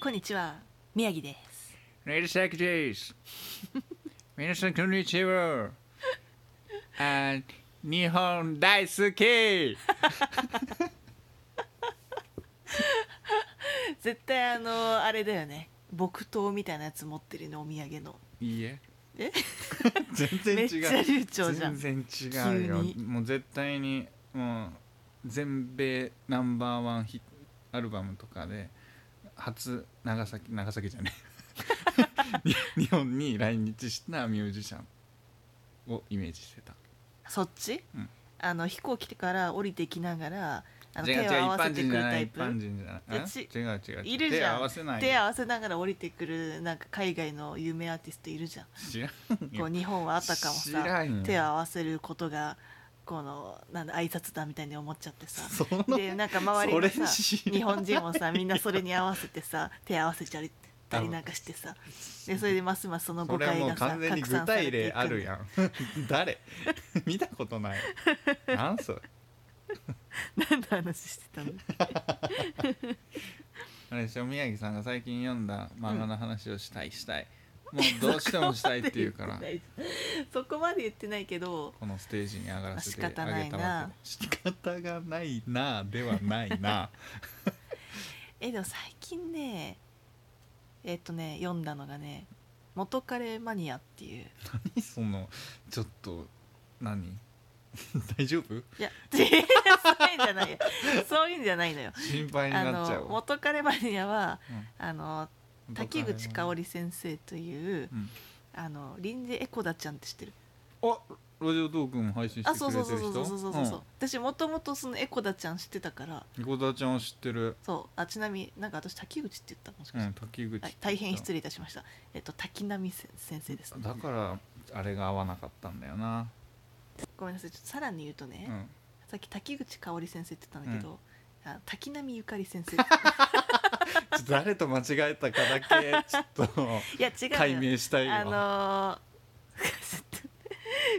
こんにちは宮城ですレイサキです。皆さん、こんにちは。あ日本大好き。 絶対あのあれだよね木刀みたいなやつ持ってるのお土産のいいえ。え 全然めっ違ちゃう。流暢じゃん全然違うよ急に。もう絶対に、もう全米ナンバーワンヒアルバムとかで、初長崎、長崎じゃねえ。日 本に来日したミュージシャンをイメージしてた。そっち、うんあの飛行機から降りてきながらあの違う手を違う合わせてくるタイ一プ般人じゃないいやち一般人じゃないえ違う違ういるじゃん手合わせない手合わせながら降りてくるなんか海外の有名アーティストいるじゃん知らんこう日本はあたかも知らさんよ手を合わせることがこのなんだ挨拶だみたいに思っちゃってさその でなんか周りのさそれ知らん日本人もさみんなそれに合わせてさ手合わせちゃったりなんかしてさでそれでますますそのそ誤れは解もうがさ完全に拡具散されて体い例くあんるだやん誰 見たことないなんそれ何の話してたのあれでしょ宮城さんが最近読んだ漫画の話をしたい、したいもうどうしてもしたいって言 うからそこまで言ってないけどこのステージに上がらせてあげたまあ仕方ないわなけで仕方がないなではないな えでも最近ねえっとね読んだのがね「元カレマニア」っていう何そのちょっと何 大丈夫いや そういうんじゃないよそういうんじゃないのよ心配にあなっちゃうのわ元カレマニアはうんあの滝口香織先生といううんあの臨時エコダちゃんって知ってるあラジオトークも配信してあくれそうてそるうそうそうそうそうそうそう、人私もともとそのエコダちゃん知ってたからうんニコダちゃんを知ってるそうあちなみになんか私滝口って言ったもしかうして、ん滝口はい、大変失礼礼いたしましたえっと滝波せ先生です、ね、だからあれが合わなかったんだよなごめんなさいちょっとさらに言うとね、うんさっき滝口香織先生って言ったんだけど、あ滝波ゆかり 先生ちょっと誰と間違えたか だけちょっといや違うのよ解明したいわあの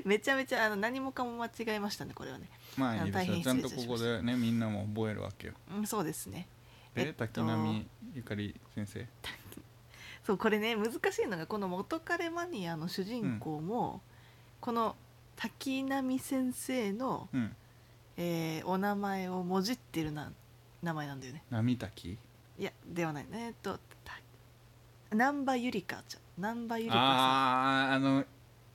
ーめちゃめちゃあの何もかも間違えましたねこれはね、まああのいいで大すよ変ちゃん失と礼いたしこまこしたでねみんなも覚えるわけようん、そうですねで、えっと滝波ゆかり先生そうこれね難しいのがこの「元彼マニア」の主人公も、この滝波先生の、うんえーお名前をもじってるな名前なんだよね波滝いやではないえーっとた難波ゆりかちゃん難波ゆりかあああの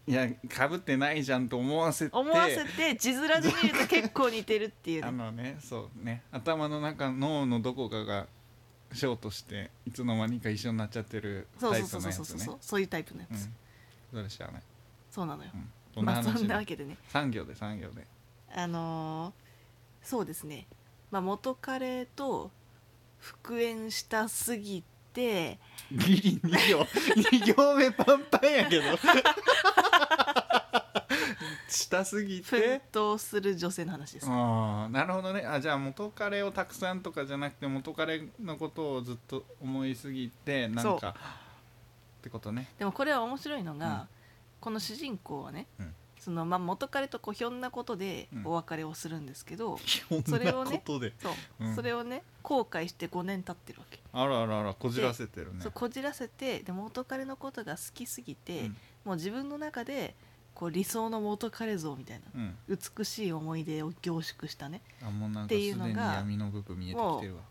いやかぶってないじゃんと思わせてさん思わせて字面で見ると結構似てるっていうあねのねそうね頭の中脳のどこかがショートしていつの間にか一緒になっちゃってるそうタそイうそプうそのうやそうつそうねそうそういうタイプのやうんつ、それ知らない、そうなのようん、どんなまあそ話んなだわけでね産業で産業であのーそうですね、まあ、元彼と復縁したすぎてギリ2行2行目パンパンやけど 下すぎ奮て闘する女性の話です、ああなるほどねあじゃあ元彼をたくさんとかじゃなくて元彼のことをずっと思いすぎてなんそうかってことねでもこれは面白いのが、うんこの主人公はね、うんそのまあ、元彼とこうひょんなことでうんお別れをするんですけ ど、そそれれををねねことでそううんそれをね後悔して5年経ってるわけ、あらあらあらこじらせてるねそうこじらせてで元彼のことが好きすぎて、うんもう自分の中でこう理想の元彼像みたいなうん美しい思い出を凝縮したねあもうなんっかてすでいにうのが闇の部分見えてきてるわ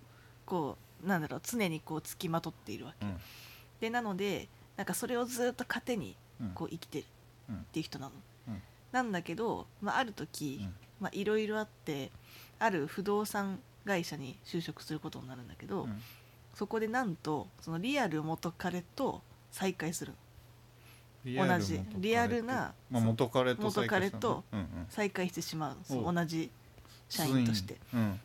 こうなんだろう常にこうつきまとっているわけ、うんでなのでなんかそれをずっと糧にうんこう生きてるうんっていう人なの、うんなんだけど、まあ、ある時うんまあいろいろあってある不動産会社に就職することになるんだけど、うんそこでなんとそのリアル元彼と再会するのリアル同じ元彼とリアルなまあ、そう元彼と元再会したの彼とうんうん再会してしまうのそのおう同じ社員としてついにうん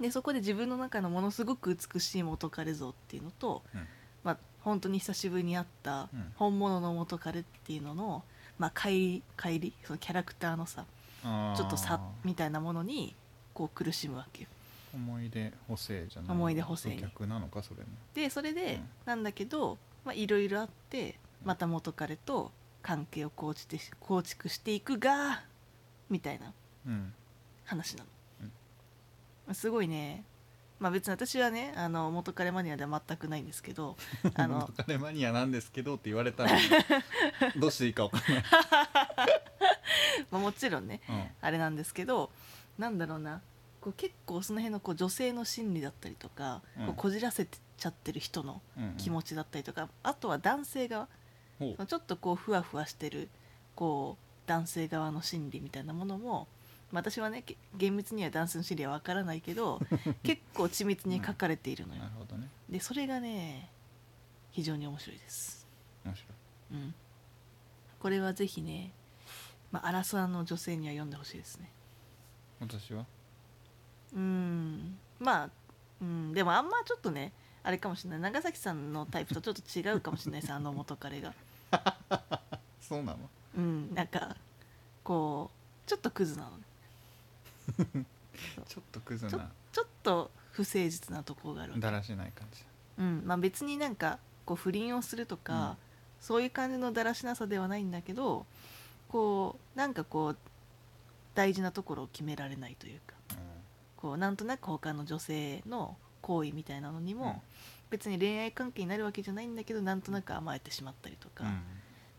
でそこで自分の中のものすごく美しい元彼像っていうのと、うんまあ、本当に久しぶりに会ったうん本物の元彼っていうのの、まあ、帰り帰りそのキャラクターのさあーちょっと差みたいなものにこう苦しむわけよ思い出補正じゃない思い出補正に逆なのかそれもでそれうでんなんだけどまあいろいろあってうんまた元彼と関係を構築して構築していくがみたいなうん話なのうん、まあすごいね、ままあ、別に私はねあの元彼マニアでは全くないんですけどあ のお金マニアなんですけどって言われ たらどうしていいか分かんない、まあもちろんねあれなんですけどなんだろうなこう結構その辺のこう女性の心理だったりとか、うんこうこじらせてちゃってる人のうんうん、気持ちだったりとか、あとは男性側ほうそのちょっとこうふわふわしてるこう男性側の心理みたいなものも、まあ、私はねけ厳密には男性の心理はわからないけ ど結構緻密に書かれているのよなる。ほどねでそれがね非常に面白いです。面白いうん、これはぜひね、まあ、アラサーの女性には読んでほしいですね。私はうんまあ、うん、でもあんまちょっとねあれかもしれない長崎さんのタイプとちょっと違うかもしれないですあの元彼が。そうなのうんなんかこうちょっとクズなのねちょっとクズちょなちょっと不誠実なところがあるわけだらしない感じうんまあ、別になんかこう不倫をするとか、そういう感じのだらしなさではないんだけどこうなんかこう大事なところを決められないというかこうなんとなく他の女性の行為みたいなのにうんも、別に恋愛関係になるわけじゃないんだけどなんとなく甘えてしまったりとか、うん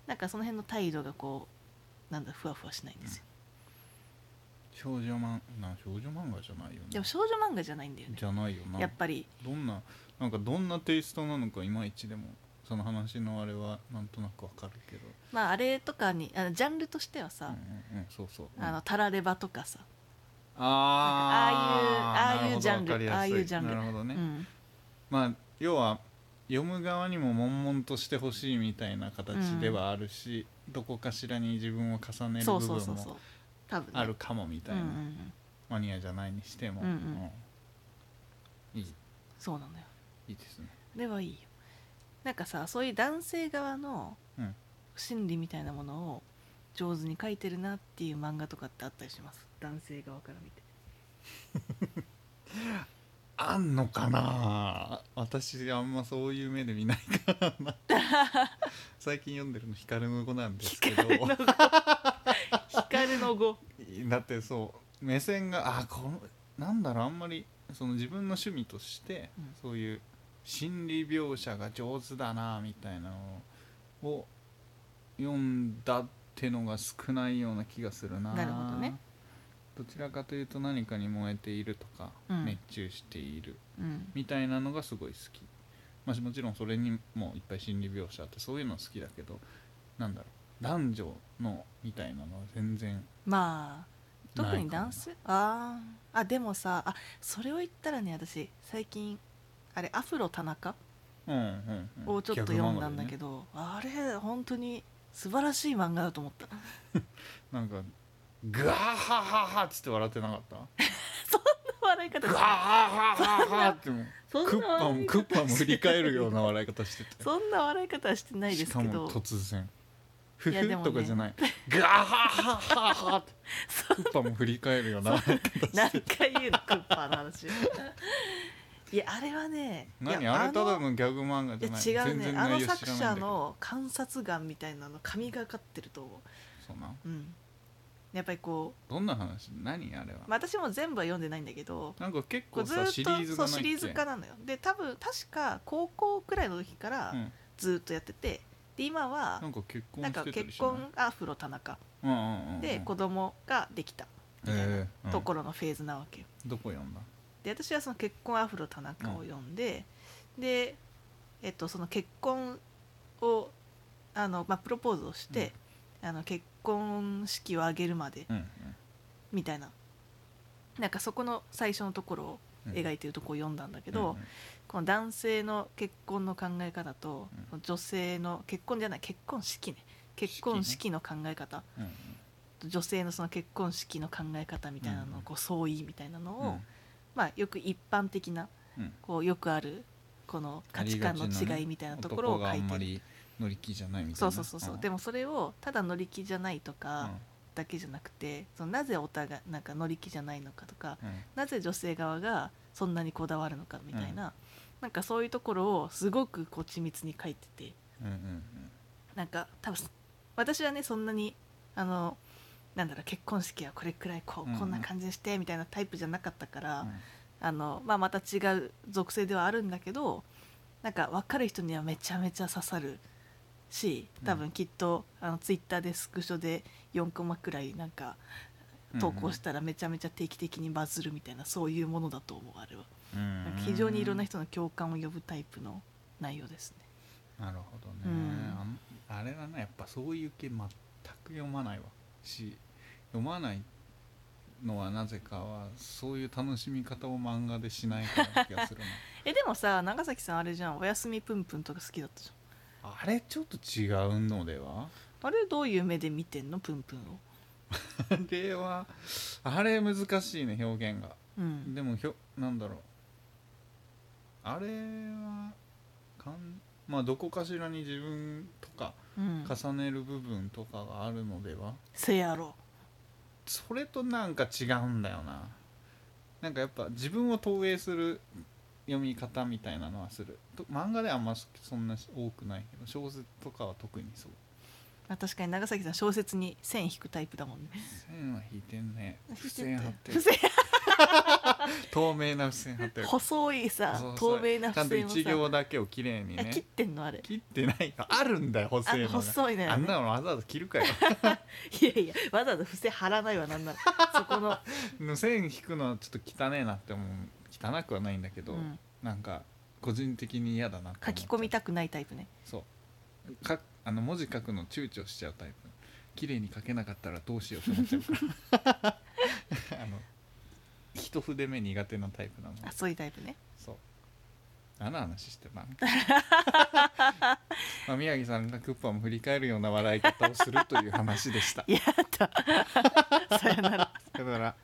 なんかその辺の態度がこうなんだふわふわしないんですよ、少女漫な少女漫画じゃないよねでも少女漫画じゃないんだよねじゃないよなやっぱりどんななんかどんなテイストなのかいまいちでもその話のあれはなんとなくわかるけど、まああれとかにあのジャンルとしてはさ、うんうんうん、そうそうあうんのタラレバとかさ、なんかああいうあああいうージャンルなるほどわかりやすああいうジャンルなるほどね、うんまあ要は読む側にも悶々としてほしいみたいな形ではあるし、どこかしらに自分を重ねるそ部うそうそ分うそうも多分ね、あるかもみたいな、うんうんうん、マニアじゃないにしても、うんうんうんいいそうなのよいいですねあれはいいよなんかさそういう男性側のうん心理みたいなものを上手に書いてるなっていう漫画とかってあったりします男性側から 見てあんのかな私あんまそういう目で見ないからな 最近読んでるの光の子なんですけど光の語だってそう目線があこのなんだろうあんまりその自分の趣味として、うんそういう心理描写が上手だなみたいなのを読んだってのが少ないような気がするななるほどねどちらかというと何かに燃えているとか、うん熱中しているうんみたいなのがすごい好き、まあ、もちろんそれにもいっぱい心理描写あってそういうの好きだけどなんだろう男女のみたいなのは全然まあないかも特に男性あーあでもさあそれを言ったらね私最近あれアフロ田中うんうんうんをちょっと読んだんだけど、ど、あれ本当に素晴らしい漫画だと思ったなんかグワーハハハっつって笑ってなかった 笑い方グワーハハハってもう そクんッなパ笑もいク方ッパも振り返るような笑い方してて そんな笑い方はしてないでしすかけもど突然ふいやふでもねとかじゃないグワーハハハってクッパも振り返るよう な笑い方何してて回言うのクッパーの話 いやあれはねい何やあれただのいのギャグ漫画じゃないや違うねあの内容作知らない者んだけどの観察眼みたいなの神がかってると思そうなんう、うん、やっぱりこどんな話何あれは、う、まあ、私も全部は読んでないんだけどなんか結こう構ずーっさとシリーズがそなうシいリっーズけ化なのよで多分確か高校くらいの時から、うん、ずーっとやっててで今はなんか結婚なんしてかたりしない結婚アフロ田中うんうんうんうんで子供ができたみたいなええうんところのフェーズなわけよどこ読んだで私はその結婚アフロ田中を読んででえっとその結婚をあのまあプロポーズをしてあの結婚式を挙げるまでうんうんみたいななんかそこの最初のところをうん描いてるとこを読んだんだけど、うんうんこの男性の結婚の考え方と、う女性の結婚じゃない結婚式ね結婚式の考え方、うんうん女性のその結婚式の考え方みたいなのをうんこう相違みたいなのを、うんまあ、よく一般的なうんこうよくあるこの価値観の違いみたいなところを書あいりがちてる。なね男があんまり乗り気じゃないみたいそなうそうそうそう、んでもそれをただ乗り気じゃないとうんかだけじゃなくて、そのなぜお互いなんか乗り気じゃないのかとか、うんなぜ女性側がそんなにこだわるのかみたいな、なんかそういうところをすごくこう緻密に書いててうんうんなんか多分私はねそんなにあのなんだろう結婚式はこれくらいこう、うんこんな感じにしてみたいなタイプじゃなかったから、うんあの、まあ、また違う属性ではあるんだけどなんか分かる人にはめちゃめちゃ刺さるし多分きっと、あのツイッターでスクショで4コマくらいなんか投稿したらめちゃめちゃ定期的にバズるみたいなそういうものだと思うあれはなんか非常にいろんな人人の共感を呼ぶタイプの内容ですね。なるほどね、うんあんあれだなやっぱそういう系全く読まないわし読まないのはなぜかはそういう楽しみ方を漫画でしないからな気がする なえでもさ長崎さんあれじゃん「おやすみぷんぷん」とか好きだったじあれちょっと違うの ではゃんあれどういう目で見てんのぷんぷんをあれはあれ難しいね表現がうんでもひょなんだろうあれはかんまあどこかしらに自分とかうん重ねる部分とかがあるのでは、せやろそれとなんか違うんだよななんかやっぱ自分を投影する読み方みたいなのはすると漫画ではあんまそそんなし多くないけど小説とかは特にそうあ確かに長崎さん小説に線引くタイプだもんね線は引いてんね付箋線貼って付る箋透明な付箋貼ってる細いさそうそう透明なちゃんと付箋をさ一行だけをきれいにあ切っねてんのあれ切ってないのあるんだよあ細いのが細いのよあんねなのわざわざ切るかよいやいやわざわざ付箋貼らないわなん ならそこの線引くのはちょっと汚ねえなって思う汚くはないんだけど、うんなんか個人的に嫌だなっ書て思っちゃきう込みたくないタイプねそうかあの文字書くの躊躇しちゃうタイプ綺麗に書けなかったらどうしようと思っちゃうからあの一筆目苦手なタイプなのあそういうタイプ ねそう何の話してたのまあ宮城さんがクッパも振り返る ような笑い方をするという話でしたやださよならさよなら